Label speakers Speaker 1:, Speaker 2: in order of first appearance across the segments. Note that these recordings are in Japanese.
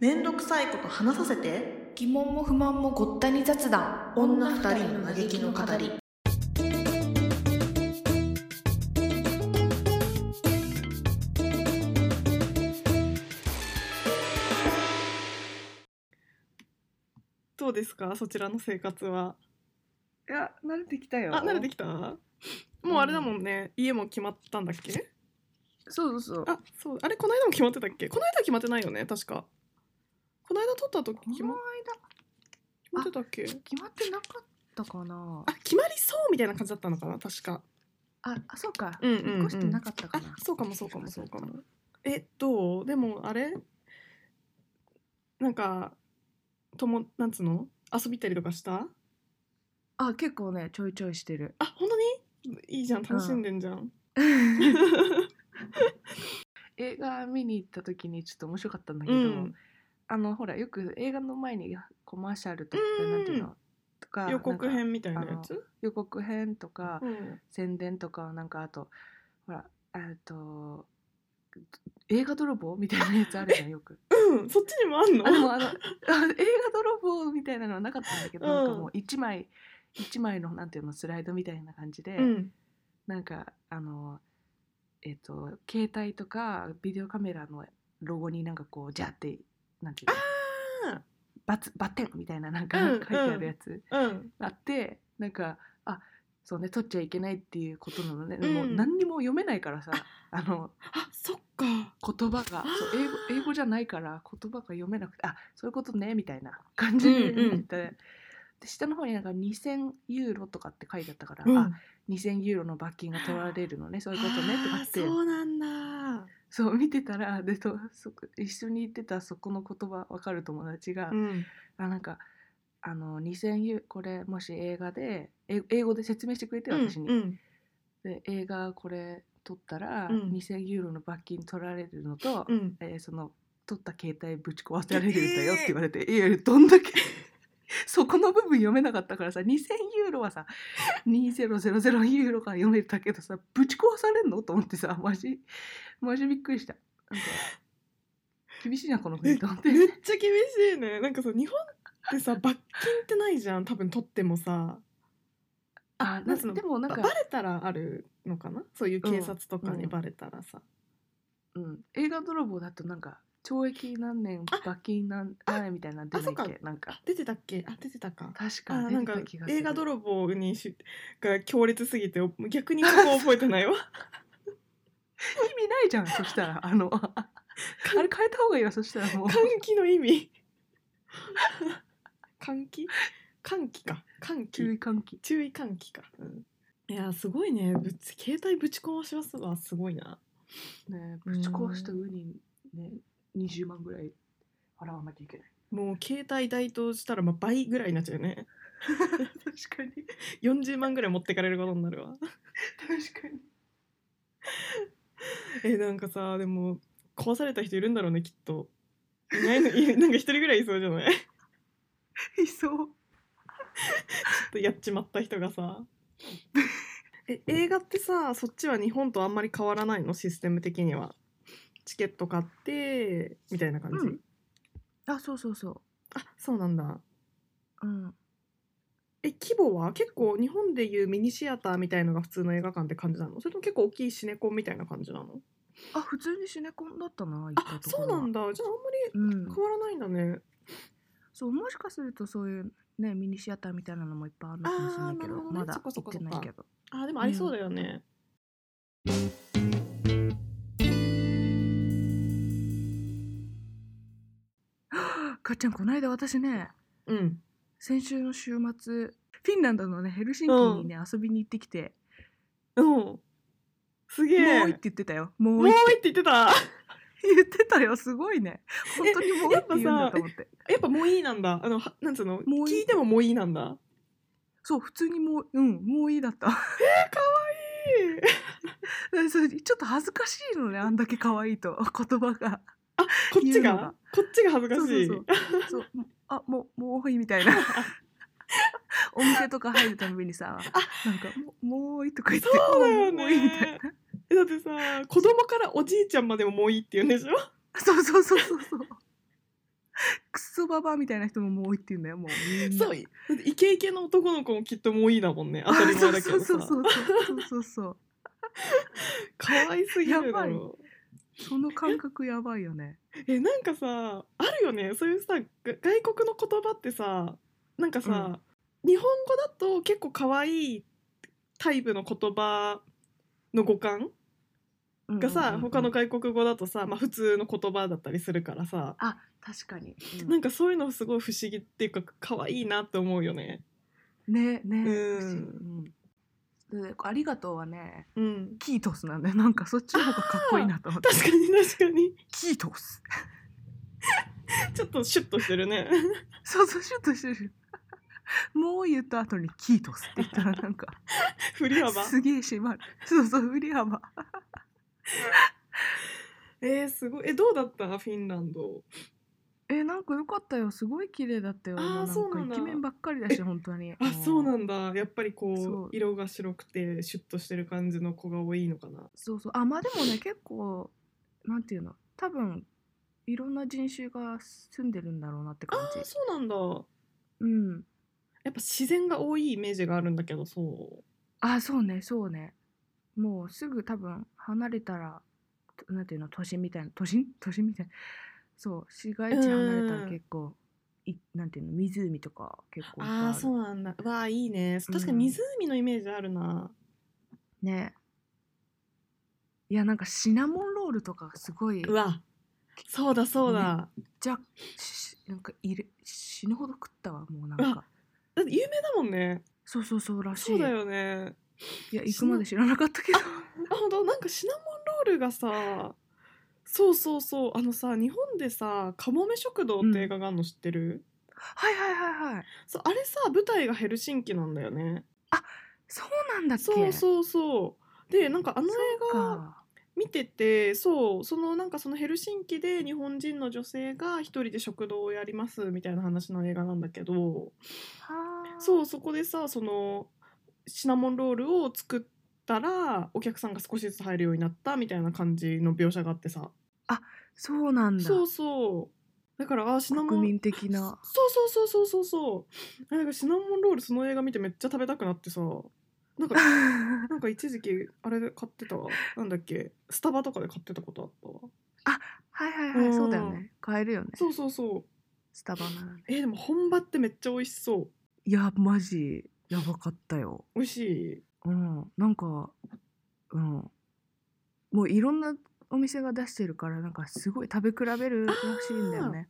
Speaker 1: めんどくさいこと話させて
Speaker 2: 疑問も不満もごったに雑談
Speaker 1: 女二人の嘆きの語りどうですかそちらの生活はい
Speaker 3: や慣れてきたよ
Speaker 1: あ慣れてきたもうあれだもんね、家も決まったんだっけ
Speaker 3: そうそうそう
Speaker 1: あそうあれこの間も決まってたっけこの間は決まってないよね確かこの間撮った時決ま
Speaker 3: こ
Speaker 1: 決まってたっけ
Speaker 3: 間決まってなかったかな
Speaker 1: あ決まりそうみたいな感じだったのかな確か
Speaker 3: ああそうか、
Speaker 1: うんうんうん
Speaker 3: 引っ越してなかったか
Speaker 1: あ
Speaker 3: な
Speaker 1: そうかもそうかもそうかもえどうでもあれなんかともなんつうの遊びたりとかした
Speaker 3: あ結構ねちょいちょいしてる
Speaker 1: あ本当にいいじゃん楽しんでんじゃん、
Speaker 3: 映画見に行った時にちょっと面白かったんだけ
Speaker 1: う
Speaker 3: ど、
Speaker 1: ん、
Speaker 3: あのほらよく映画の前にコマーシャルとか
Speaker 1: うん
Speaker 3: なんていうのとか
Speaker 1: 予告
Speaker 3: なんか
Speaker 1: 編みたいなやつ、
Speaker 3: 予告編とか、
Speaker 1: うん、
Speaker 3: 宣伝とかなんかあとほらえっと映画泥棒みたいなやつあるじゃんよく
Speaker 1: うんそっちにもあんの
Speaker 3: あのあのあの映画泥棒みたいなのはなかったんだけど、
Speaker 1: うん
Speaker 3: なんかもう一枚一枚のなんていうのスライドみたいな感じで、
Speaker 1: うん
Speaker 3: なんかあのえっ、と携帯とかビデオカメラのロゴになんかこうジャーってなんていうの
Speaker 1: あ
Speaker 3: バツバッテンみたいななんか
Speaker 1: うん
Speaker 3: 書いてあるやつ、
Speaker 1: ーうん
Speaker 3: あってなんかあそうね撮っちゃいけないっていうことなのね、
Speaker 1: うん
Speaker 3: もう何にも読めないからさあの
Speaker 1: あそっか
Speaker 3: 言葉がそう英語英語じゃないから言葉が読めなくてあそういうことねみたいな感
Speaker 1: う
Speaker 3: じ
Speaker 1: ん
Speaker 3: で
Speaker 1: うん
Speaker 3: 言って、で下の方になんか2000ユーロとかって書いてあったから、
Speaker 1: うん
Speaker 3: あ2000ユーロの罰金が取られるのねそういうことねとかって
Speaker 1: あーそうなんだ
Speaker 3: そう見てたらでとそこ一緒に行ってたそこの言葉わかる友達が、
Speaker 1: ん
Speaker 3: あなんかあの2000ユーこれもし映画でえ英語で説明してくれて私に、
Speaker 1: うんうん
Speaker 3: で映画これ取ったら、
Speaker 1: うん
Speaker 3: 2000ユーロの罰金取られるのと、
Speaker 1: うん
Speaker 3: えーその取った携帯ぶち壊されるんだよって言われて、いやいやどんだけ そこの部分読めなかったからさ2000ユーロはさ2000ユーロから読めたけどさぶち壊されんのと思ってさマジマジびっくりしたなんか厳しいなこの国
Speaker 1: めっち
Speaker 3: と
Speaker 1: ゃ
Speaker 3: 思っ
Speaker 1: 厳
Speaker 3: て
Speaker 1: しいねなんかさ日本ってさ罰金ってないじゃん多分取ってもさ
Speaker 3: あ
Speaker 1: な
Speaker 3: なん
Speaker 1: つうの
Speaker 3: でもなん
Speaker 1: ば
Speaker 3: か
Speaker 1: バ、レたらあるのかなそういう警察とか
Speaker 3: うん
Speaker 1: に
Speaker 3: うん
Speaker 1: バレたらさ、
Speaker 3: うん、映画泥棒だとなんか懲役何年罰金何年みたいなの出ないっ
Speaker 1: あそっ
Speaker 3: けなんか
Speaker 1: 出てたっけあ出てたか
Speaker 3: 確
Speaker 1: あ
Speaker 3: か
Speaker 1: な
Speaker 3: 出
Speaker 1: ん
Speaker 3: て
Speaker 1: か
Speaker 3: た気がする
Speaker 1: 映画泥棒にしが強烈すぎて逆にそこ覚え てないわ
Speaker 3: 意味ないじゃんそしたらあ のあれ変えた方がいいわそしたらもう
Speaker 1: 歓喜の意味歓喜歓喜か歓喜
Speaker 3: 注意喚起
Speaker 1: 注意喚起か、いやすごいねぶち携帯ぶち壊しますはすごいな
Speaker 3: ね
Speaker 1: うん
Speaker 3: ぶち壊した上にね20万ぐらい払わなきゃいけない
Speaker 1: もう携帯代としたらまあ倍ぐらいになっちゃうよね
Speaker 3: 確かに
Speaker 1: 40万ぐらい持ってかれることになるわ
Speaker 3: 確かに
Speaker 1: えなんかさでも壊された人いるんだろうねきっといないのい なんか一人ぐらいいそうじゃないちょ
Speaker 3: いそう
Speaker 1: っとやっちまった人がさ え映画ってさそっちは日本とあんまり変わらないのシステム的にはチケット買ってみたいな感じ、
Speaker 3: うんあそうそうそ
Speaker 1: あそうなんだ
Speaker 3: ううん
Speaker 1: え規模は結構日本でいうミニシアターみたいのが普通の映画館って感じなのそれとも結構大きいシネコンみたいな感じなの
Speaker 3: あ普通にシネコンだったな行った
Speaker 1: あ
Speaker 3: とこ
Speaker 1: そう
Speaker 3: ろは
Speaker 1: なんだじゃああんまり
Speaker 3: うん
Speaker 1: 変わらないんだね、
Speaker 3: そうもしかするとそういうねミニシアターみたいなのもいっぱいあるのかもしれないけど
Speaker 1: あーなるほどね
Speaker 3: まだ
Speaker 1: そっかそ
Speaker 3: 行
Speaker 1: っか
Speaker 3: っ
Speaker 1: そ
Speaker 3: て
Speaker 1: っか
Speaker 3: ないけど
Speaker 1: あでもありそうだよね、
Speaker 3: かっちゃんこの間私ね
Speaker 1: うん
Speaker 3: 先週の週末フィンランドのねヘルシンキにね、遊びに行ってきて
Speaker 1: うん。す
Speaker 3: 「
Speaker 1: げえ。
Speaker 3: もうい」って言ってたよ「も
Speaker 1: も
Speaker 3: う
Speaker 1: う
Speaker 3: い
Speaker 1: い
Speaker 3: い」
Speaker 1: って言ってた。
Speaker 3: 言ってたよすごいね本当に「もうい」って言うんだと思って
Speaker 1: やっぱもういいなんだ。あの、はなんつうの、
Speaker 3: もういい
Speaker 1: 聞いてももういいなんだ。
Speaker 3: そう普通にもううんもういいだった それちょっと恥ずかしいのねあんだけ可愛いと言葉が
Speaker 1: こっち
Speaker 3: 言うの
Speaker 1: が
Speaker 3: が
Speaker 1: こっちが恥ずかし
Speaker 3: そう
Speaker 1: い。
Speaker 3: そうそうそうあもうもういいみたいな お店とか入るたびにさなんかもう「もういい」とか言って
Speaker 1: そうだよね
Speaker 3: もういい」みたいな
Speaker 1: えだってさ、子供からおじいちゃんまでももういいって言うんでしょ
Speaker 3: そうそうそうそうそうドババアみたいな人ももう多いって言うんだよもうみんな
Speaker 1: そうだってイケイケの男の子もきっともういいだもんね当たり前だけど
Speaker 3: そう
Speaker 1: さ
Speaker 3: そうそうそうそうそうそう
Speaker 1: 可愛すぎるだ
Speaker 3: や
Speaker 1: ろ
Speaker 3: その感覚やばいよね
Speaker 1: えなんかさあるよねそういうさが外国の言葉ってさなんかさ、日本語だと結構可愛いタイプの言葉の語感がさ、
Speaker 3: うんうんうん
Speaker 1: 他の外国語だとさ、まあ、普通の言葉だったりするからさ
Speaker 3: あ確かに、うん
Speaker 1: なんかそういうのすごい不思議っていうか可愛いなって思うよね。
Speaker 3: ねね、
Speaker 1: う
Speaker 3: 不
Speaker 1: ん
Speaker 3: 思議うんでありがとうはね
Speaker 1: うん、
Speaker 3: キートスなんでなんかそっちの方がかっこいいなと思 って
Speaker 1: 確かに確かに
Speaker 3: キートス
Speaker 1: ちょっとシュッとしてるね。
Speaker 3: そうそうシュッとしてる もう言った後にキートスって言ったらなんか
Speaker 1: 振り幅。
Speaker 3: すげえ締まるそうそう振り幅
Speaker 1: えー、すごいえどうだったフィンランド。
Speaker 3: えなんか良かったよすごい綺麗だったよ
Speaker 1: あー
Speaker 3: もう
Speaker 1: そうなん
Speaker 3: か
Speaker 1: だ
Speaker 3: イケメンばっかりだし本当に
Speaker 1: あそうなんんだやっぱり
Speaker 3: そ
Speaker 1: こ
Speaker 3: う
Speaker 1: う色が白くてシュッとしてる感じの子が多いのかな。
Speaker 3: そうそうあまあでもね結構なんていうの多分いろんな人種が住んでるんだろうなって感
Speaker 1: あー
Speaker 3: じ
Speaker 1: そうなんだ。
Speaker 3: うん
Speaker 1: やっぱ自然が多いイメージがあるんだけどそう。
Speaker 3: あそうねそうねもうすぐ多分離れたらとなんていうの都心みたいな都心 都心みたいなそう市街地離れたら
Speaker 1: うん
Speaker 3: 結構いなんていうの湖とか結構いっぱい
Speaker 1: ああ
Speaker 3: ある
Speaker 1: そうなんだ。わあいいね。確かに湖のイメージあるな。
Speaker 3: ねいやなんかシナモンロールとかすごいう
Speaker 1: わそうだそうだ。
Speaker 3: じゃしなんかいる死ぬほど食ったわもうなんか
Speaker 1: だって有名だもんね。
Speaker 3: そうそうそうらしい
Speaker 1: そうだよね。
Speaker 3: いや行くまで知らなかったけど
Speaker 1: あ本当なんかシナモンロールがさそうそうそうあのさ日本でさ「かもめ食堂」って映画があるの知ってる、
Speaker 3: はいはいはいはい
Speaker 1: そうあれさ舞台がヘルシンキなんだよね
Speaker 3: そうなんだっけ
Speaker 1: そうそうそうでなんかあの映
Speaker 3: そう
Speaker 1: 画
Speaker 3: か
Speaker 1: 見ててそうそのなんかそのヘルシンキで日本人の女性が一人で食堂をやりますみたいな話の映画なんだけど
Speaker 3: はあ
Speaker 1: そうそこでさそのシナモンロールを作ったらお客さんが少しずつ入るようになったみたいな感じの描写があってさ
Speaker 3: そうなんだ
Speaker 1: そうそうだからあシナモ
Speaker 3: 国
Speaker 1: ン
Speaker 3: 民的 な
Speaker 1: そうそうそうそうそうそうあなんかシナモンロールその映画見てめっちゃ食べたくなってさな んかなんか一時期あれで買ってたわなんだっけスタバとかで買ってたことあったわ
Speaker 3: はいはいはい、
Speaker 1: うん
Speaker 3: そうだよね買えるよね
Speaker 1: そうそうそう
Speaker 3: スタバならね
Speaker 1: えーでも本場ってめっちゃ美味しそう
Speaker 3: いやマジやばかったよ
Speaker 1: 美味しい
Speaker 3: うんなんかうんもういろんなお店が出してるからなんかすごい食べ比べるらしいんだよね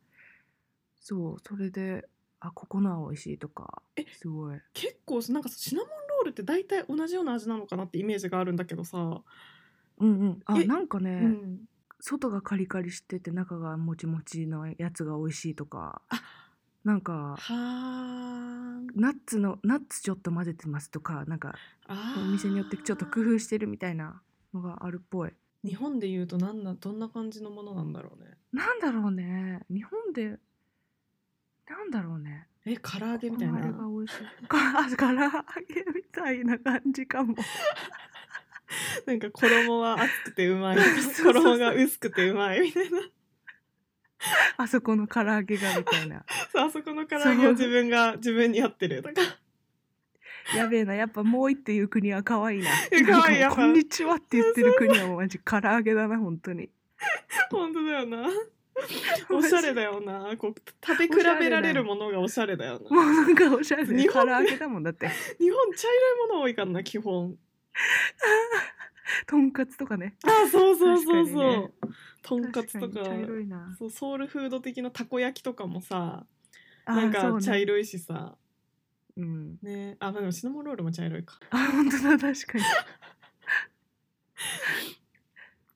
Speaker 3: そうそれであここのは美味しいとか
Speaker 1: え
Speaker 3: すごい
Speaker 1: 結構なんかシナモンロールって大体同じような味なのかなってイメージがあるんだけどさ、
Speaker 3: うんうんあ
Speaker 1: え
Speaker 3: なんかね、
Speaker 1: うん、
Speaker 3: 外がカリカリしてて中がもちもちのやつが美味しいとか
Speaker 1: あ
Speaker 3: なんか
Speaker 1: は
Speaker 3: ナッツのナッツちょっと混ぜてますとかなんか
Speaker 1: あ
Speaker 3: お店によってちょっと工
Speaker 1: 夫
Speaker 3: 夫してるみたいなのがあるっぽい
Speaker 1: 日本で言うとなんなどんな感じのものなんだろうね
Speaker 3: なんだろうね日本でなんだろうね
Speaker 1: え唐揚げみたい
Speaker 3: このあれ
Speaker 1: な
Speaker 3: が美味しいかから揚げみたいな感じかも
Speaker 1: なんか衣は厚くてう まい
Speaker 3: そうそうそう
Speaker 1: 衣が薄くてうまいみたいな
Speaker 3: あそこの唐揚げがみたいな
Speaker 1: そうあそこの唐揚げを自分が自分に合ってるとか
Speaker 3: やべえなやっぱもういっていう国は可愛いな
Speaker 1: や可愛い
Speaker 3: な
Speaker 1: や
Speaker 3: ん
Speaker 1: っ
Speaker 3: か
Speaker 1: ぱ
Speaker 3: こんにちはって言ってる国はもうマジ唐揚げだな本当に
Speaker 1: 本当だよ なおしゃれだよなこう食べ比べられるものがおしゃれだよ
Speaker 3: もう
Speaker 1: な
Speaker 3: なんかおしゃれね
Speaker 1: 日
Speaker 3: 唐
Speaker 1: 本
Speaker 3: 揚げだもんだって
Speaker 1: 日本茶色いもの多いからな基本
Speaker 3: とんかつとかね
Speaker 1: あそうそうそう
Speaker 3: 確
Speaker 1: そう、
Speaker 3: かにね
Speaker 1: とんかつと
Speaker 3: 確
Speaker 1: か
Speaker 3: に茶色いな
Speaker 1: そうソウルフード的なたこ焼きとかもさ
Speaker 3: あー
Speaker 1: なん
Speaker 3: そう
Speaker 1: か
Speaker 3: ね
Speaker 1: 茶色いしさ
Speaker 3: うん
Speaker 1: ねあまあでもシナモンロールも茶色いか
Speaker 3: あ本当だ確かに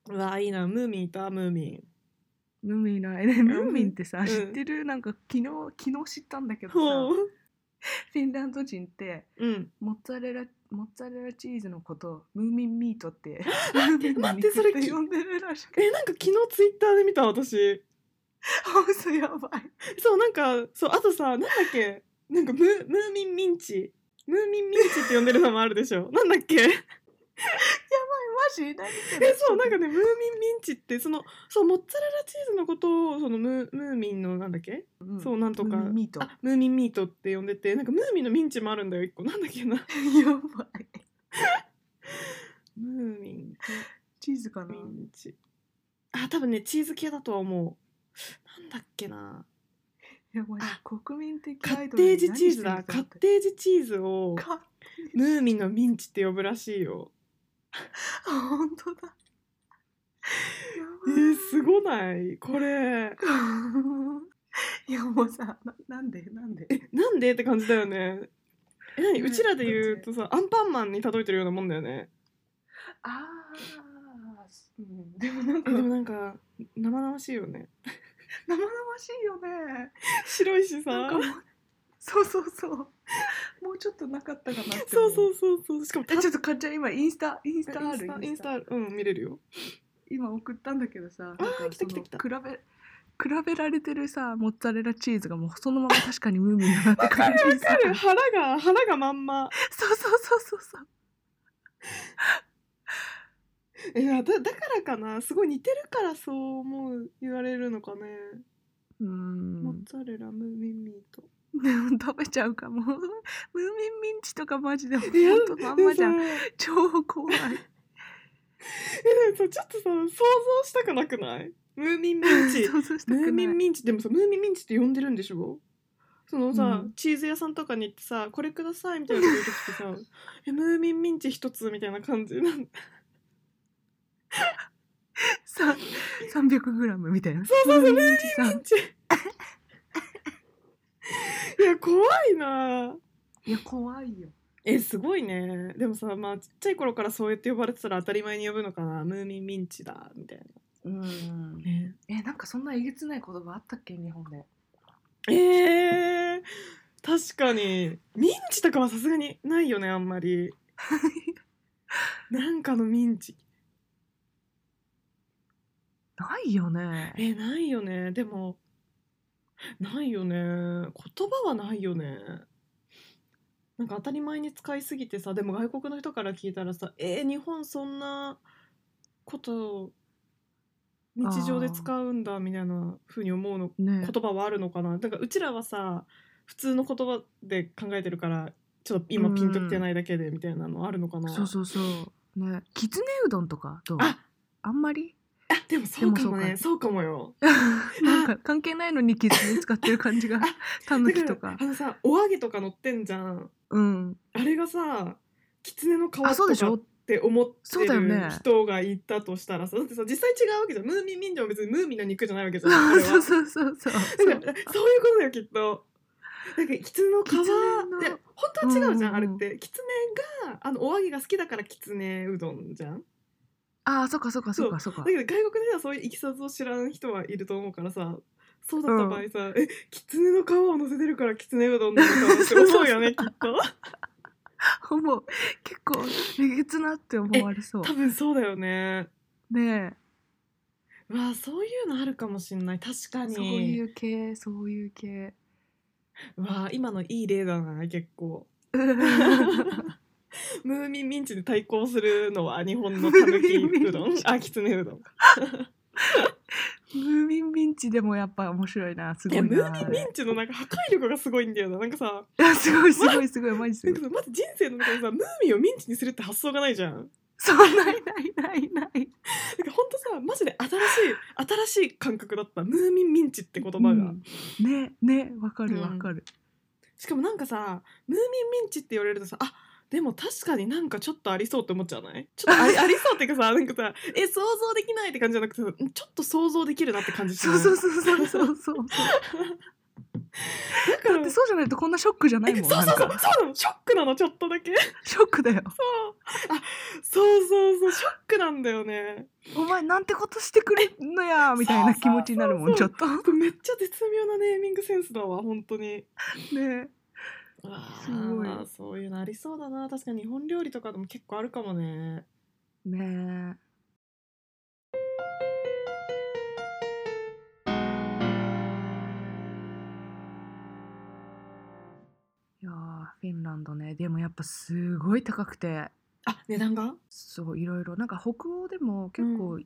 Speaker 1: うわいいなムーミンいたムーミン
Speaker 3: ムーミンのえねムーミンって
Speaker 1: う
Speaker 3: さ
Speaker 1: ん
Speaker 3: 知ってるなんか昨日昨日知ったんだけどさ
Speaker 1: ほう
Speaker 3: フィンランド人って
Speaker 1: うん
Speaker 3: モッツァレラモッツァレラチーズのことをムーミンミートってムーミンの
Speaker 1: 待ってそれ
Speaker 3: 肉って呼んでるらしくて
Speaker 1: えなんか昨日ツイッターで見た私
Speaker 3: あ嘘やばい
Speaker 1: そうなんかそうあとさなんだっけなんかムームー ミンミンチムーミンミンチって呼んでるのもあるでしょなんだっけ
Speaker 3: ジ何そ
Speaker 1: えそうなんかねムーミンミンチってそのそうモッツァレラチーズのことをそのムームーミンのなんだっけ、
Speaker 3: うん
Speaker 1: そうなんとか
Speaker 3: ムーミンミート
Speaker 1: あムーミンミートって呼んでてなんかムーミンのミンチもあるんだよ一個なんだっけな
Speaker 3: やばい
Speaker 1: ムーミン
Speaker 3: チーズかな
Speaker 1: ミンチあ多分ねチーズ系だとは思うなんだっけな
Speaker 3: やばい
Speaker 1: あ
Speaker 3: 国民的
Speaker 1: カ
Speaker 3: アイ
Speaker 1: ッ
Speaker 3: ドル
Speaker 1: テー
Speaker 3: に
Speaker 1: ジ
Speaker 3: 何
Speaker 1: チーズ
Speaker 3: して
Speaker 1: だ
Speaker 3: ん
Speaker 1: カッ
Speaker 3: って
Speaker 1: テージチーズを
Speaker 3: か
Speaker 1: ムーミンのミンチって呼ぶらしいよ
Speaker 3: 本当 だや
Speaker 1: え
Speaker 3: ばい
Speaker 1: ー、すごないこれ
Speaker 3: いやもうさななんでなんで
Speaker 1: えなんでって感じだよねえ何
Speaker 3: ね
Speaker 1: うちらで言うとさアンパンマンに例えてるようなもんだよね
Speaker 3: ああ、うん、でもなん
Speaker 1: え
Speaker 3: か
Speaker 1: で
Speaker 3: 生
Speaker 1: も
Speaker 3: 々
Speaker 1: なんか生々しいよね
Speaker 3: しいよね
Speaker 1: 白いし
Speaker 3: なん
Speaker 1: さ
Speaker 3: かもうそうそうそうもうちょっとなかったかなって
Speaker 1: そうそううそうそうしかも
Speaker 3: え
Speaker 1: た
Speaker 3: ちょっとかっちゃん今インスタインスタあ
Speaker 1: インス
Speaker 3: る
Speaker 1: タインスタうん見れるよ
Speaker 3: 今送ったんだけどさなんか
Speaker 1: 来た来た来た
Speaker 3: その比べ比べられてるさモッツァレラチーズがもうそのまま確かにムーミンだなって感じでさ
Speaker 1: わかる腹が腹がまんま
Speaker 3: そうそうそうそうそう
Speaker 1: えだだからかなすごい似てるからそう思う言われるのかね、
Speaker 3: うー
Speaker 1: モ
Speaker 3: ん
Speaker 1: ッツァレラムーミンミート
Speaker 3: でも 食べちゃうかもムーミンミンチとかマジでほん
Speaker 1: いや
Speaker 3: とまんまじゃん
Speaker 1: でさ
Speaker 3: 超怖い
Speaker 1: えでもさちょっとさ想像したくなくないムーミンミン チ
Speaker 3: 想像した
Speaker 1: ムー
Speaker 3: くな
Speaker 1: ミ
Speaker 3: い
Speaker 1: ンミンチでもさムーミンミンチって呼んでるんでしょそのさ、
Speaker 3: うん
Speaker 1: チーズ屋さんとかに行ってさこれくださいみたいなこと言う時ってさ えムーミンミンチ一つみたいな 感じなん
Speaker 3: さ 300g みたいなそうそうそうムーミンチさ
Speaker 1: ちいや怖いない
Speaker 3: や怖いよ
Speaker 1: えすごいねでもさまあちっちゃい頃からそうやって呼ばれてたら当たり前に呼ぶのかなムーミンミンチだみたいな
Speaker 3: うん
Speaker 1: ね
Speaker 3: えなんかそんなえげつない言葉あったっけ日本で
Speaker 1: えー、確かにミンチとかはさすがにないよねあんまりなんかのミンチ
Speaker 3: ないよね
Speaker 1: えないよねでもないよね言葉はないよねなんか当たり前に使いすぎてさでも外国の人から聞いたらさ「えー日本そんなこと日常で使うんだ」みたいな風に思うの
Speaker 3: ね
Speaker 1: 言葉はあるのかなだからうちらはさ普通の言葉で考えてるからちょっと今ピンときてないだけでみたいなのあるのかな、
Speaker 3: そうそうそうねきつねうどんとかどう
Speaker 1: あ
Speaker 3: あんま り
Speaker 1: あでもそうかも
Speaker 3: で
Speaker 1: ね
Speaker 3: も
Speaker 1: そうかもよ
Speaker 3: なんか関係ないのにきつね使ってる感じがたぬきと
Speaker 1: だ
Speaker 3: から
Speaker 1: あのさお揚げとか乗ってんじゃん
Speaker 3: うん
Speaker 1: あれがさ狐の皮とか
Speaker 3: あそうでし
Speaker 1: っ
Speaker 3: ょ
Speaker 1: て思って
Speaker 3: そうだよね
Speaker 1: る人がいたとしたらさだってさ実際違うわけじゃんムーミンミンでも別にムーミンの肉じゃないわけじゃんあれは
Speaker 3: そうそうそうそうそ
Speaker 1: だ
Speaker 3: う
Speaker 1: からそういうことだよきっと。なんか狐の皮
Speaker 3: 狐の
Speaker 1: で本当は違
Speaker 3: うんう
Speaker 1: うじゃん、
Speaker 3: んうん
Speaker 1: あれって狐があのお揚げが好きだから狐うどんじゃん
Speaker 3: あーそっかそっかそっかそっか
Speaker 1: だけど外国ではそういういきさつを知らん人はいると思うからさそうだった場合さ、え狐の皮を乗せてるから狐うどんなのかなって思う よねきっと
Speaker 3: 思う 結構えげつなって思われそう
Speaker 1: 多分そうだよね
Speaker 3: ね
Speaker 1: わあそういうのあるかもしんない確か
Speaker 3: え
Speaker 1: に
Speaker 3: そういう系そういう 系
Speaker 1: わあ今のいい例だな結構ムーミンミンチで対抗するのは日本のたぬきうど
Speaker 3: ムーミンミ
Speaker 1: ん
Speaker 3: ンチ
Speaker 1: あきつねうどんか
Speaker 3: ムーミンミンチでもやっぱ面白いなす
Speaker 1: い
Speaker 3: ごいな
Speaker 1: やムーミンミンチのなんか破壊力がすごいんだよななんかさ
Speaker 3: いやすごいすごいすごいマジす
Speaker 1: な
Speaker 3: ご
Speaker 1: ん
Speaker 3: い
Speaker 1: かさまず人生の中でさムーミンをミンチにするって発想がないじゃん
Speaker 3: そうないないないない
Speaker 1: なんかほんとさマジで新しい新しい感覚だったムーミンミンチって言葉が、
Speaker 3: うんねねわか
Speaker 1: うん
Speaker 3: るわかる、
Speaker 1: しかもなんかさムーミンミンチって言われるとさあでも確かになんかちょっとありそうって思っちゃわないちょっと ありありそうっていうかさなんかさえ想像できないって感じじゃなくてさんちょっと想像できるなって感じし
Speaker 3: そ
Speaker 1: ないう
Speaker 3: そうそうそうそう そう
Speaker 1: だから
Speaker 3: だってそうじゃないとこんなショックじゃない
Speaker 1: え
Speaker 3: もん
Speaker 1: そうそうそ
Speaker 3: なん
Speaker 1: う
Speaker 3: か
Speaker 1: そうなのショックなのちょっとだけ
Speaker 3: ショックだよ
Speaker 1: そうそうそうショックなんだよね
Speaker 3: お前なんてことしてくれんのやみたいな気持ちになるもんち
Speaker 1: そ
Speaker 3: ょ
Speaker 1: う
Speaker 3: っとね
Speaker 1: めっちゃ絶妙なネーミングセンスだわ本当に
Speaker 3: え
Speaker 1: す
Speaker 3: すごい
Speaker 1: そういうのありそうだな確かに日本料理とかでも結構あるかもね
Speaker 3: ねえいやーフィンランドねでもやっぱすごい高くて
Speaker 1: あ値段が
Speaker 3: そういろいろなんか北欧でも結構、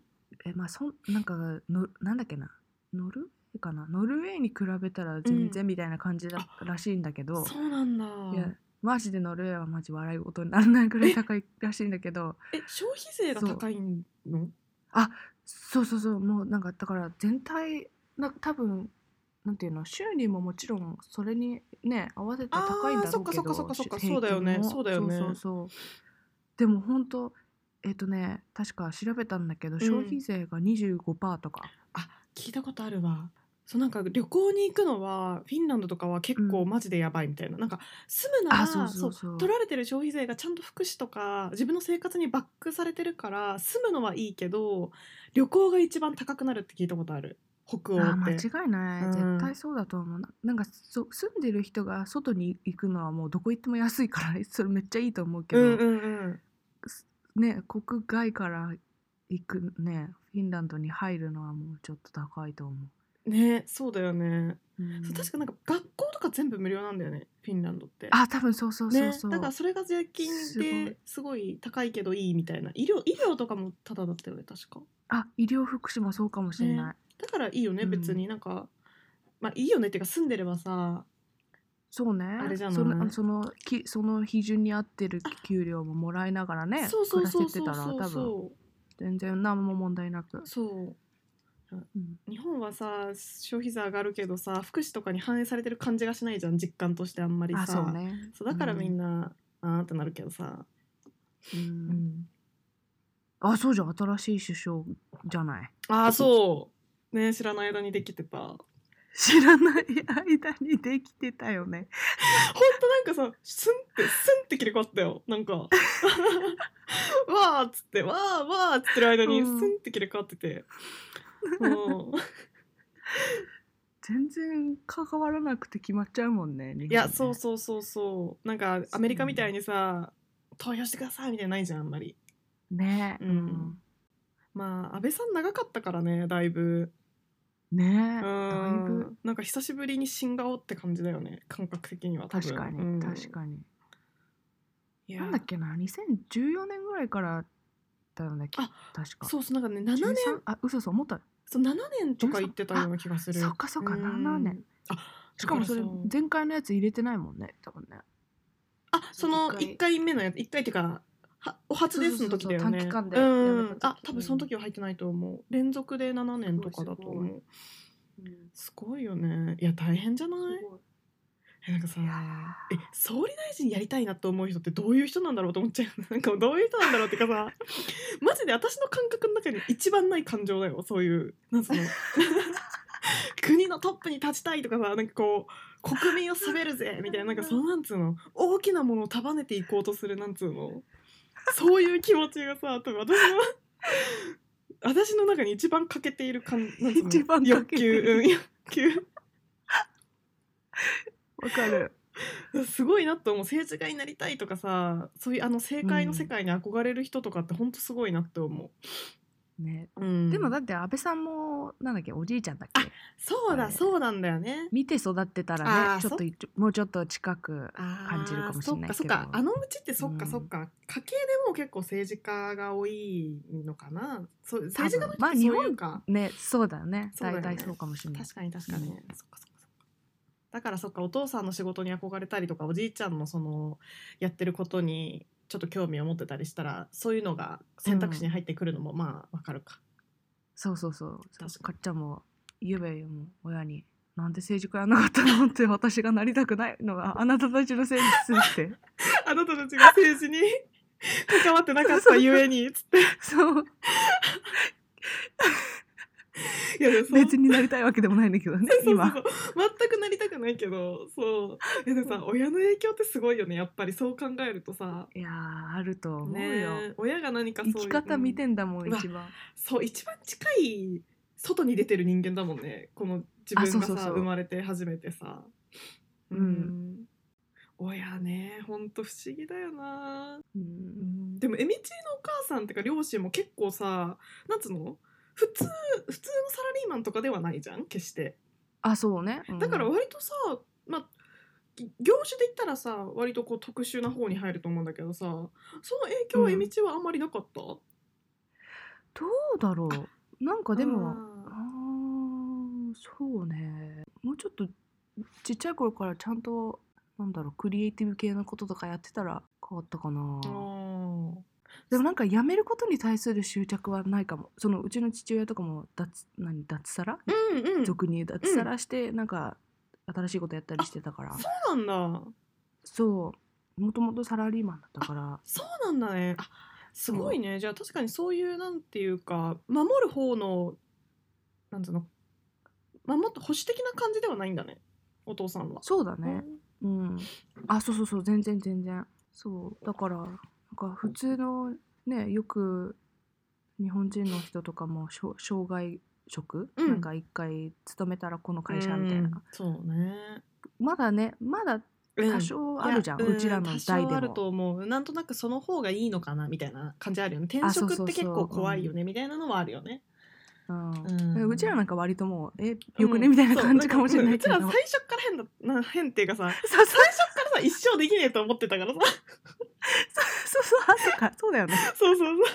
Speaker 3: えまあそんなんかのなんだっけなノルウェーかなノルウェーに比べたら全
Speaker 1: う
Speaker 3: 然みたいな感じだ、らしいんだけど
Speaker 1: そうなんだ
Speaker 3: いやマジでノルウェーはマジ笑い事にならないくらい高いらしいんだけど
Speaker 1: え消費税が高いの
Speaker 3: そうそうそうもうなんかだから全体な多分なんていうの収入ももちろんそれにね合わせて高いんだろうけど
Speaker 1: あーそっかそっかそっかそっか
Speaker 3: 平均
Speaker 1: そうだよね
Speaker 3: も
Speaker 1: そうだよね
Speaker 3: そうそうそうでも本当えっ、とね確か調べたんだけど消費税が25%とか、
Speaker 1: あ聞いたことあるわそうなんか旅行に行くのはフィンランドとかは結構
Speaker 3: うん
Speaker 1: マジでやばいみたいな、なんか住むなら
Speaker 3: あそうそうそう
Speaker 1: 取られてる消費税がちゃんと福祉とか自分の生活にバックされてるから住むのはいいけど旅行が一番高くなるって聞いたことある北欧
Speaker 3: あー
Speaker 1: って
Speaker 3: 間違いない、
Speaker 1: うん
Speaker 3: 絶対そうだと思うななんかそ住んでる人が外に行くのはもうどこ行っても安いからそれめっちゃいいと思うけ
Speaker 1: う
Speaker 3: ど、
Speaker 1: んうんうん
Speaker 3: ね国外から行くねフィンランドに入るのはもうちょっと高いと思
Speaker 1: ねそうだよね、
Speaker 3: う、うん
Speaker 1: そう確かなんか学校とか全部無料なんだよねフィンランドって
Speaker 3: あ多分そうそうそうそう、
Speaker 1: ね、だからそれが税金ですごい高いけどいいみたいな医療医療とかもタダだったよね確か
Speaker 3: あ医療福祉もそうかもしれない、
Speaker 1: だからいいよね
Speaker 3: うん
Speaker 1: 別になんか、まあいいよねっていうか住んでればさ
Speaker 3: そうね
Speaker 1: れじゃない
Speaker 3: そのあそのきその基準に合ってる給料ももらいながらね
Speaker 1: そうそうそうそう
Speaker 3: 暮らせ
Speaker 1: そ
Speaker 3: て
Speaker 1: う
Speaker 3: たら多分
Speaker 1: そ
Speaker 3: 全然何も問題なく
Speaker 1: う、そう
Speaker 3: うん
Speaker 1: 日本はさ消費税上がるけどさ福祉とかに反映されてる感じがしないじゃん実感としてあんまりさ
Speaker 3: あそうね
Speaker 1: そうだからみん
Speaker 3: な、
Speaker 1: な、あーってなるけどさ、
Speaker 3: うんう
Speaker 1: う
Speaker 3: ん
Speaker 1: ん、
Speaker 3: あそうじゃん新しい首相じゃない
Speaker 1: ああそうね知らない間にできてた本
Speaker 3: 知らない間にできてたよね
Speaker 1: 当なんかさスンってスンって切り替わったよなんか わーっつってわーわーっつってる間にス
Speaker 3: うん
Speaker 1: ンって切り替わって て、うん
Speaker 3: 全然関わらなくて決まっちゃうもんね
Speaker 1: いやそうそうそうそうなんかアメリカみたいにさ投票してくださいみたいなのないじゃんあんまり
Speaker 3: うね
Speaker 1: うんまあ安倍さん長かったからねだいぶ
Speaker 3: うんね
Speaker 1: う
Speaker 3: だいぶ
Speaker 1: んなんか久しぶりに新顔って感じだよね感覚的には多分
Speaker 3: 確かに、
Speaker 1: うん
Speaker 3: 確かに
Speaker 1: いや
Speaker 3: なんだっけな2014年ぐらいからだよねき
Speaker 1: あ
Speaker 3: 確か
Speaker 1: そうそうなんかね7年
Speaker 3: 13? あ嘘そう思った
Speaker 1: そう7年とか言ってたような気がする
Speaker 3: そっかそっか7
Speaker 1: う
Speaker 3: 年
Speaker 1: んあ
Speaker 3: しかもそれ
Speaker 1: だら
Speaker 3: 前回のやつ入れてないもんね多分ね
Speaker 1: あその
Speaker 3: 一回
Speaker 1: 1回目のやつ1回っていうかはお初ですの時だよね
Speaker 3: そうそうそう短期間で
Speaker 1: うん
Speaker 3: やめた時
Speaker 1: あ多分その時は入ってないと思う連続で7年とかだと思
Speaker 3: すごいう
Speaker 1: すごいよねいや大変じゃないえなんかさ
Speaker 3: いや
Speaker 1: え総理大臣やりたいなと思う人ってどういう人なんだろうと思っちゃう なんかどういう人なんだろうってかさマジで私の感覚の中に一番ない感情だよそういうなんその国のトップに立ちたいとかさなんかこう国民を滑るぜみたいななんかそのなんつうの大きなものを束ねていこうとするなんつうのそういう気持ちがさ多分私の私の中に一番欠けている感なんつうの
Speaker 3: 一番欠けてる
Speaker 1: 欲求、うん、欲求
Speaker 3: わかる
Speaker 1: すごいなと思う政治家になりたいとかさそういうあの政界の世界に憧れる人とかってほんとすごいなって思
Speaker 3: ね
Speaker 1: う、うん
Speaker 3: でもだって安倍さんもなんだっけおじいちゃんだっけ
Speaker 1: そうだそうなんだよね
Speaker 3: 見て育ってた
Speaker 1: あ
Speaker 3: ら
Speaker 1: ー
Speaker 3: ねちょっと一もうちょっと近く
Speaker 1: 感
Speaker 3: 感じるかもしれないけど
Speaker 1: そっかそっかあのうちってそっか
Speaker 3: うん
Speaker 1: そっか、家系でもう結構政治家が多いのかなそう政治家の人
Speaker 3: まあ
Speaker 1: って
Speaker 3: 日
Speaker 1: そうい
Speaker 3: 本
Speaker 1: うか、
Speaker 3: ねそうだよね
Speaker 1: そうだよ
Speaker 3: 大
Speaker 1: ね
Speaker 3: 体そうかもしれない
Speaker 1: 確かに確かに、そっかそっかそっかだからそっかお父さんの仕事に憧れたりとかおじいちゃんのそのやってることにちょっと興味を持ってたりしたらそういうのが選択肢に入ってくるのもまあわかるか、
Speaker 3: そうそうそう
Speaker 1: かに
Speaker 3: かっちゃんもゆべよも親になんで政治家やんなかったのって私がなりたくないのがあなたたちのせいですって
Speaker 1: あなたたちが政治に関わってなかったゆえにつって
Speaker 3: そう
Speaker 1: いやでもそう
Speaker 3: 別になりたいわけでもないんだけどね
Speaker 1: そうそう
Speaker 3: 今
Speaker 1: そう全くなりたくないけどそういやでもさ親の影響ってすごいよねやっぱりそう考えるとさ、
Speaker 3: いやーあると思うよ、
Speaker 1: ね、親が何かそうい
Speaker 3: 生き
Speaker 1: う
Speaker 3: 方見てんだもん、
Speaker 1: うん
Speaker 3: 一番
Speaker 1: そう一番近い外に出てる人間だもんねこの自分がさ
Speaker 3: あそうそうそう
Speaker 1: 生まれて初めてさ
Speaker 3: うん
Speaker 1: 親ねほんと不思議だよな、
Speaker 3: う
Speaker 1: うんん、でもエミチーのお母さんってか両親も結構さなんつうの普通普通のサラリーマンとかではないじゃん決して
Speaker 3: あそうね、うん
Speaker 1: だから割とさ、まあぎ業種で言ったらさ割とこう特殊な方に入ると思うんだけどさその影響はえみちはあんまりなかった、
Speaker 3: どうだろうなんかでもあ
Speaker 1: あ
Speaker 3: ーそうねもうちょっとちっちゃい頃からちゃんとなんだろうクリエイティブ系のこととかやってたら変わったかな
Speaker 1: ーあ
Speaker 3: でもなんか辞めることに対する執着はないかもそのうちの父親とかも脱何脱サラ、
Speaker 1: ーうんうんそう
Speaker 3: 俗に言う脱サラしてなんか新しいことやったりしてたから
Speaker 1: なんだ
Speaker 3: そうもともとサラリーマンだったから
Speaker 1: そうなんだねあすごいねじゃあ確かにそういうなんていうか守る方のなんつうの守って保守的な感じではないんだねお父さんは。
Speaker 3: そうだねうんあそうそうそう全然全然そうだからなんか普通のねよく日本人の人とかもしょ障害職、
Speaker 1: うん
Speaker 3: なんか一回勤めたらこの会社みたいな、
Speaker 1: うんそうね
Speaker 3: まだねまだ多少あるじゃん、うちらの代
Speaker 1: いやうん多少
Speaker 3: で
Speaker 1: ある
Speaker 3: も
Speaker 1: と思うなんとなくその方がいいのかなみたいな感じあるよね転
Speaker 3: あそう
Speaker 1: 職
Speaker 3: そうそう
Speaker 1: って結構怖いよねみたいなのはあるよね
Speaker 3: うん
Speaker 1: うん
Speaker 3: うちらなんか割ともうえよくね、
Speaker 1: うん
Speaker 3: みたいな感じかもしれないけど、
Speaker 1: そうなんかうちら最初から変だな変っていうかさ
Speaker 3: そうそう
Speaker 1: 最初からさ一生できねえと思ってたからさ
Speaker 3: そうそうあそうか そうだよね
Speaker 1: そうそうそう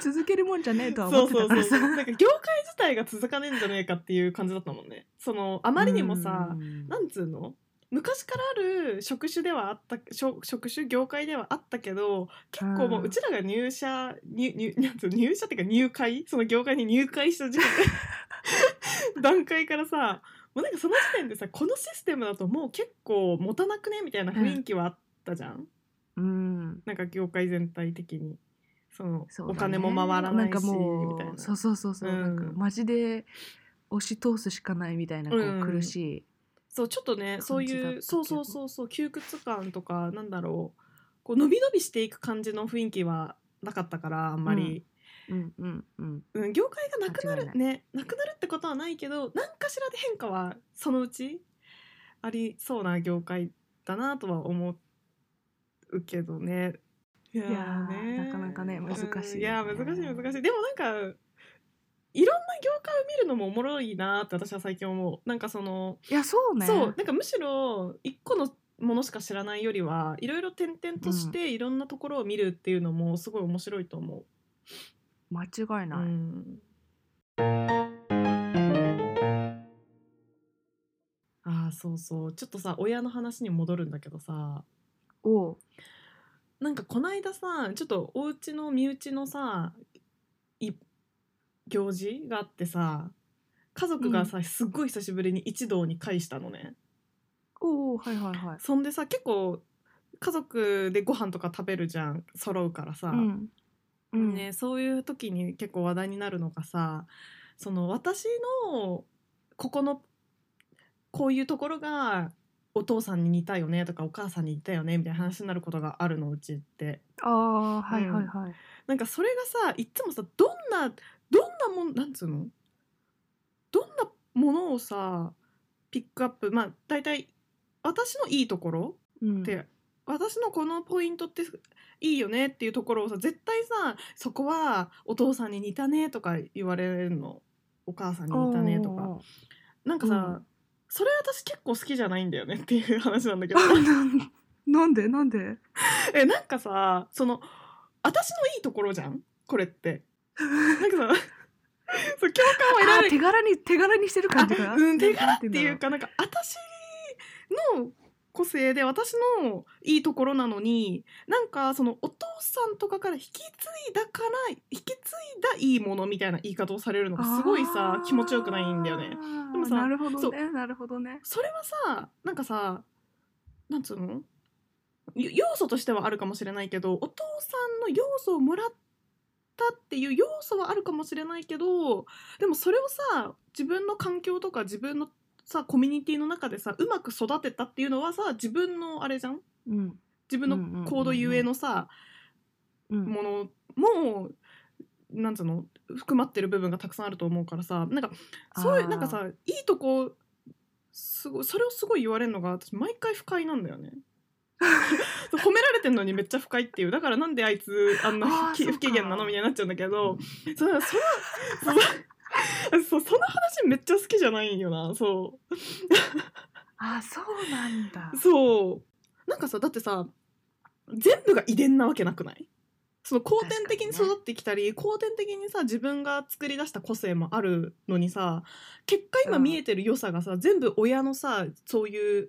Speaker 3: 続けるもんじゃねえとは
Speaker 1: そ
Speaker 3: 思っ
Speaker 1: う
Speaker 3: て
Speaker 1: そ
Speaker 3: たか
Speaker 1: うそう
Speaker 3: らさ
Speaker 1: なんか業界自体が続かねえんじゃねえかっていう感じだったもんねそのあまりにもさ、
Speaker 3: うん
Speaker 1: なんつうの昔からある職種ではあった職職種業界ではあったけど結構も
Speaker 3: う
Speaker 1: うんうちらが入社入入なんつうの入社っていうか入会その業界に入会した時点 で段階からさもうなんかその時点でさこのシステムだともう結構持たなくねみたいな雰囲気はあったじゃ
Speaker 3: う
Speaker 1: ん、
Speaker 3: ん
Speaker 1: なんか業界全体的にその
Speaker 3: そうだね
Speaker 1: お金も回らないし
Speaker 3: んかもう
Speaker 1: みたいな
Speaker 3: そうそうそうそう、
Speaker 1: うん
Speaker 3: なんかマジで押し通すしかないみたいなこう
Speaker 1: うん
Speaker 3: 苦しい、
Speaker 1: そうちょっとねそう
Speaker 3: 感じだったけ
Speaker 1: いう
Speaker 3: ど
Speaker 1: そうそうそうそう窮屈感とかなんだろうこう伸び伸びしていく感じの雰囲気はなかったからあんまり、
Speaker 3: うんうんうん
Speaker 1: うん業界がなくな
Speaker 3: 間違
Speaker 1: る
Speaker 3: い
Speaker 1: ねなくなるってことはないけど何かしらで変化はそのうちありそうな業界だなとは思うけどね。い
Speaker 3: ーなかなかね難しいよね
Speaker 1: うんいやー難しい難しいでもなんかいろんな業界を見るのもおもろいなって私は最近思う。なんかその
Speaker 3: いやそうね
Speaker 1: そうなんかむしろ一個のものしか知らないよりはいろいろ点々としていろんなところを見るっていうのもすごい面白いと思。
Speaker 3: 間違いうない、
Speaker 1: うんあーそうそうちょっとさ親の話に戻るんだけどさ
Speaker 3: おう
Speaker 1: なんかこないださちょっとお家の身内のさい行事があってさ家族がさ、すっごい久しぶりに一堂に会したのね。
Speaker 3: おうはいはいはい
Speaker 1: そんでさ結構家族でご飯とか食べるじゃん揃うからさ、
Speaker 3: うんうん
Speaker 1: ね、そういう時に結構話題になるのがさその私のここのこういうところがお父さんに似たよねとかお母さんに似たよねみたいな話になることがあるのうちって
Speaker 3: ああはいはいはい、
Speaker 1: なんかそれがさいっつもさどんなどんなもんなんつうのどんなものをさピックアップまあ大体私のいいところ
Speaker 3: うん
Speaker 1: で私のこのポイントっていいよねっていうところをさ絶対さそこはお父さんに似たねとか言われるのお母さんに似たねと
Speaker 3: おうおう
Speaker 1: か
Speaker 3: おう
Speaker 1: なんかさ、
Speaker 3: うん
Speaker 1: それ私結構好きじゃないんだよねっていう話なん だけど
Speaker 3: なん なんでなんで
Speaker 1: えなんかさその私のいいところじゃんこれってなんかさ そう共感はいら
Speaker 3: あ
Speaker 1: ない
Speaker 3: ー手柄に手柄にしてる感じか
Speaker 1: あうん手
Speaker 3: 柄っ
Speaker 1: っていうかなんか私の個性で私のいいところなのになんかそのお父さんとかから引き継いだから引き継いだいいものみたいな言い方をされるのがすごいさ気持ちよくないんだよね。でもさ
Speaker 3: なるほ
Speaker 1: そ
Speaker 3: ど
Speaker 1: う
Speaker 3: ねなるほどね
Speaker 1: それはさなんかさなんつうのよ要素としてはあるかもしれないけどお父さんの要素をもらったっていう要素はあるかもしれないけどでもそれをさ自分の環境とか自分のさコミュニティの中でさうまく育てたっていうのはさ自分のあれじゃん
Speaker 3: うん
Speaker 1: 自
Speaker 3: うんうんうんう
Speaker 1: 分
Speaker 3: ん
Speaker 1: の行動ゆえのさ
Speaker 3: うん
Speaker 1: ものもなんつうの含まってる部分がたくさんあると思うからさなんかそうい
Speaker 3: あー
Speaker 1: うなんかさいいとこすごいそれをすごい言われるのが私毎回不快なん だよねそう褒められてんのにめっちゃ不快っていうだからなんであいつあんな
Speaker 3: あー
Speaker 1: 不機
Speaker 3: そっか
Speaker 1: 不機嫌なのみたいになっちゃうんだけどその そのそのそうその話めっちゃ好きじゃないんよなそう
Speaker 3: あそうなんだ
Speaker 1: そうなんかさだってさ全部が遺伝なわけなくないその後天的に
Speaker 3: 確かにね
Speaker 1: 育ってきたり、後天的にさ自分が作り出した個性もあるのにさ結果今
Speaker 3: うん
Speaker 1: 見えてる良さがさ、全部親のさそういう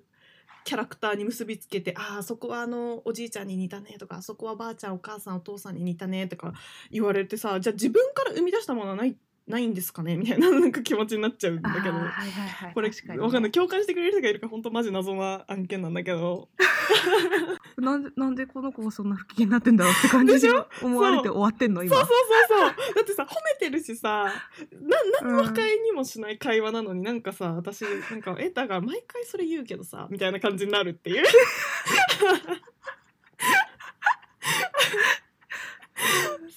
Speaker 1: キャラクターに結びつけてああそこはあのおじいちゃんに似たねとかあそこはばあちゃんお母さんお父さんに似たねとか言われてさじゃあ自分から生み出したものはないないんですかねみたいななんか気持ちになっちゃうんだ
Speaker 3: あ
Speaker 1: けど
Speaker 3: ー。はいはいはい
Speaker 1: これ
Speaker 3: 確かに
Speaker 1: わかんない共感してくれる人がいるか本当マジ謎な案件なんだけど
Speaker 3: なんでなんでこの子がそんな不機嫌になってんだろうって感じ
Speaker 1: でし
Speaker 3: で
Speaker 1: ょ
Speaker 3: 思われて終わってんの
Speaker 1: そう
Speaker 3: 今
Speaker 1: そうそうそうだってさ褒めてるしさな何の不快にもしない会話なのに、なんかさ私なんかエタが毎回それ言うけどさみたいな感じになる っていう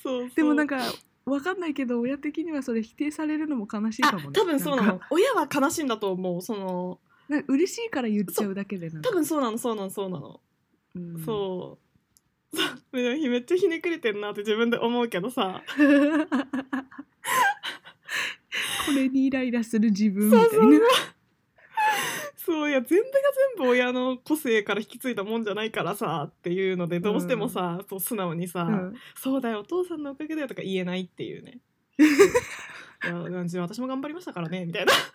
Speaker 1: そうそう
Speaker 3: でもなんかわかんないけど親的にはそれ否定されるのも悲しいか
Speaker 1: あ
Speaker 3: もね
Speaker 1: 多分そうな
Speaker 3: なん
Speaker 1: の
Speaker 3: か
Speaker 1: 親は悲しいんだと思うその
Speaker 3: なんか嬉しいから言っちゃうだけでなんか
Speaker 1: 多分そうなのそうなのそうなの
Speaker 3: うん
Speaker 1: そう そうめっちゃひねくれてんなって自分で思うけどさ
Speaker 3: これにイライラする自分みたい
Speaker 1: そ
Speaker 3: な
Speaker 1: うそうそういや全部が全部親の個性から引き継いだもんじゃないからさっていうのでどうしてもさ、そう素直にさ、
Speaker 3: うん
Speaker 1: そうだよお父さんのおかげだよ」とか言えないって いうねいや感じ私も頑張りましたからねみたいな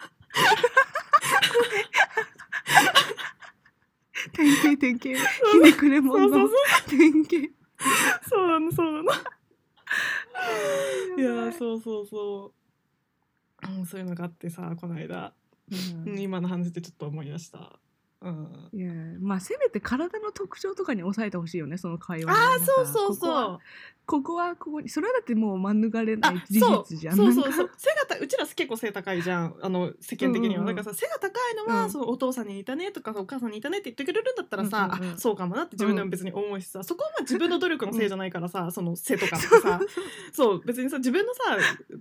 Speaker 3: 典型典型ひねくれ
Speaker 1: そ
Speaker 3: 者
Speaker 1: うそう
Speaker 3: の
Speaker 1: そ
Speaker 3: 典型
Speaker 1: うそうなのそうなのいや
Speaker 3: う、
Speaker 1: そうそうそう、うん、そういうのがあってさこの間、
Speaker 3: うん
Speaker 1: うん今の話でちょっと思い出した、うん、
Speaker 3: いやまあせめて体の特徴とかに抑えてほしいよねその会話
Speaker 1: ああそうそうそう
Speaker 3: うここはここはここにそれはだってもう免れな
Speaker 1: あ
Speaker 3: い事
Speaker 1: そう
Speaker 3: 実じゃん
Speaker 1: そうそう
Speaker 3: なん
Speaker 1: そ
Speaker 3: か
Speaker 1: う背がたうちら結構背高いじゃんあの世間的には、
Speaker 3: うんうんう
Speaker 1: なんんかさ背が高いのは、
Speaker 3: うん
Speaker 1: そのお父さんに似たねとかさお母さんに似たねって言ってくれるんだったらさ、
Speaker 3: うんうんうん
Speaker 1: あそうかもなって自分でも別に思うしさ、そこはまあ自分の努力のせいじゃないからさ、その背とかってさそう別にさ自分のさ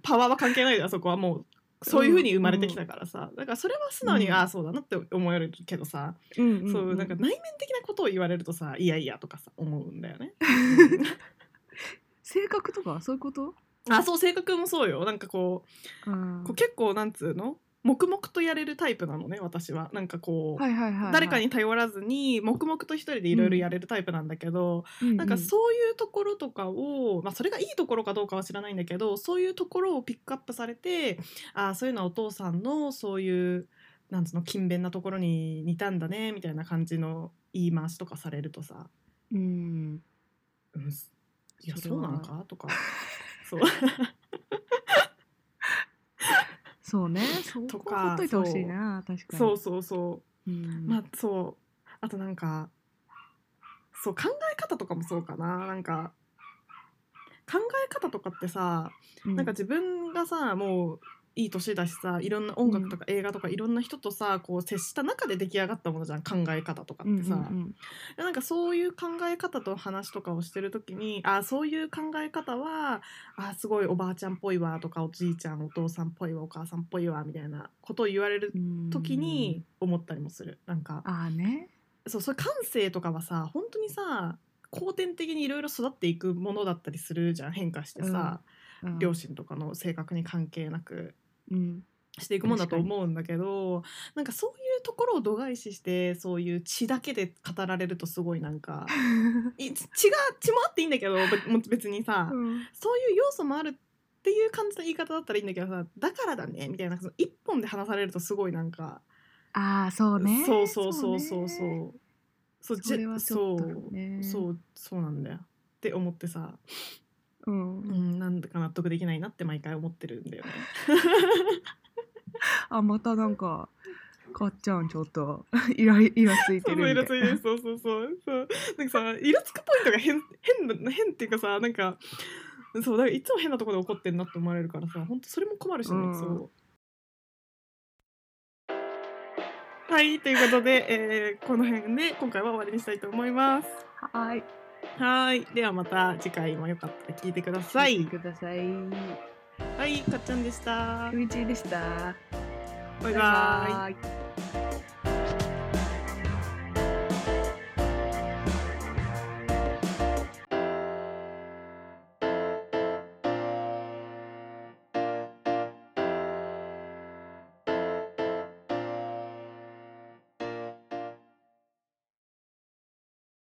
Speaker 1: パワーは関係ないじゃんそこはもう。そういう風に生まれてきたからさ、だからそれは素直に、
Speaker 3: うん
Speaker 1: ああそうだなって思えるけどさ、
Speaker 3: うんうんうん
Speaker 1: そうなんか内面的なことを言われるとさいやいやとかさ思うんだ よね。
Speaker 3: 性格とかそういうこと
Speaker 1: あそう性格もそうよなんかこう
Speaker 3: うん
Speaker 1: こう結構なんつうの黙々とやれるタイプなのね私はなんかこう、
Speaker 3: はいはいはいはい
Speaker 1: 誰かに頼らずに黙々と一人でいろいろやれるタイプなんだけど、なんかそういうところとかを、まあ、それがいいところかどうかは知らないんだけどそういうところをピックアップされてああそういうのはお父さんのそういうなんつうの勤勉なところに似たんだねみたいな感じの言い回しとかされるとさ
Speaker 3: うんうん
Speaker 1: 「うん、いや
Speaker 3: そ
Speaker 1: そ
Speaker 3: れは
Speaker 1: うなのか?」と かそう
Speaker 3: そうねそことは
Speaker 1: か
Speaker 3: ほっといてほしいな確かに
Speaker 1: そうそうそう。
Speaker 3: うん
Speaker 1: まあそうあとなんかそう考え方とかもそうかななんか考え方とかってさ、
Speaker 3: うん
Speaker 1: なんか自分がさもういい年だしさいろんな音楽とか映画とかいろんな人とさこう接した中で出来上がったものじゃん考え方とかってさ、
Speaker 3: うん
Speaker 1: なんかそういう考え方と話とかをしてる時にあそういう考え方はあすごいおばあちゃんっぽいわとかおじいちゃんお父さんっぽいわお母さんっぽいわみたいなことを言われる
Speaker 3: うんうん
Speaker 1: 時に思ったりもするなんか
Speaker 3: ああね
Speaker 1: そうそれ感性とかはさ本当にさ後天的にいろいろ育っていくものだったりするじゃん変化してさ、
Speaker 3: うん
Speaker 1: 両親とかの性格に関係なく
Speaker 3: うん
Speaker 1: していくもんだと思うんだけどなんかそういうところを度外視してそういう血だけで語られるとすごいなんかい血が血もあっていいんだけどべもう別にさ、そういう要素もあるっていう感じの言い方だったらいいんだけどさだからだねみたいなその一本で話されるとすごいなんか
Speaker 3: ああそうね
Speaker 1: そうそうそうそうそ
Speaker 3: ね
Speaker 1: う。そう
Speaker 3: それはちょっとね
Speaker 1: そうそうそうなんだよって思ってさ、
Speaker 3: うん
Speaker 1: うん、なんだか納得できないなって毎回思ってるんだよね。
Speaker 3: あまたなんかかっちゃんちょっと イライイラつい
Speaker 1: そ
Speaker 3: て
Speaker 1: うそう
Speaker 3: る
Speaker 1: イラ
Speaker 3: みた
Speaker 1: つ
Speaker 3: い
Speaker 1: い
Speaker 3: な
Speaker 1: てるそうそうそうそうなんかさイラつくポイントが変 変な変っていうかさなんかそうだからいつも変なところで怒ってんなって思われるからさ本当それも困るしね、
Speaker 3: うん
Speaker 1: そう。はいということで、えーこの辺で今回は終わりにしたいと思います。
Speaker 3: はい
Speaker 1: はい、ではまた次回もよかったら聞いてくださ
Speaker 3: 見
Speaker 1: い
Speaker 3: て。ください
Speaker 1: はい、かっちゃんでした。
Speaker 3: みちでした
Speaker 1: バイバイ。
Speaker 3: イ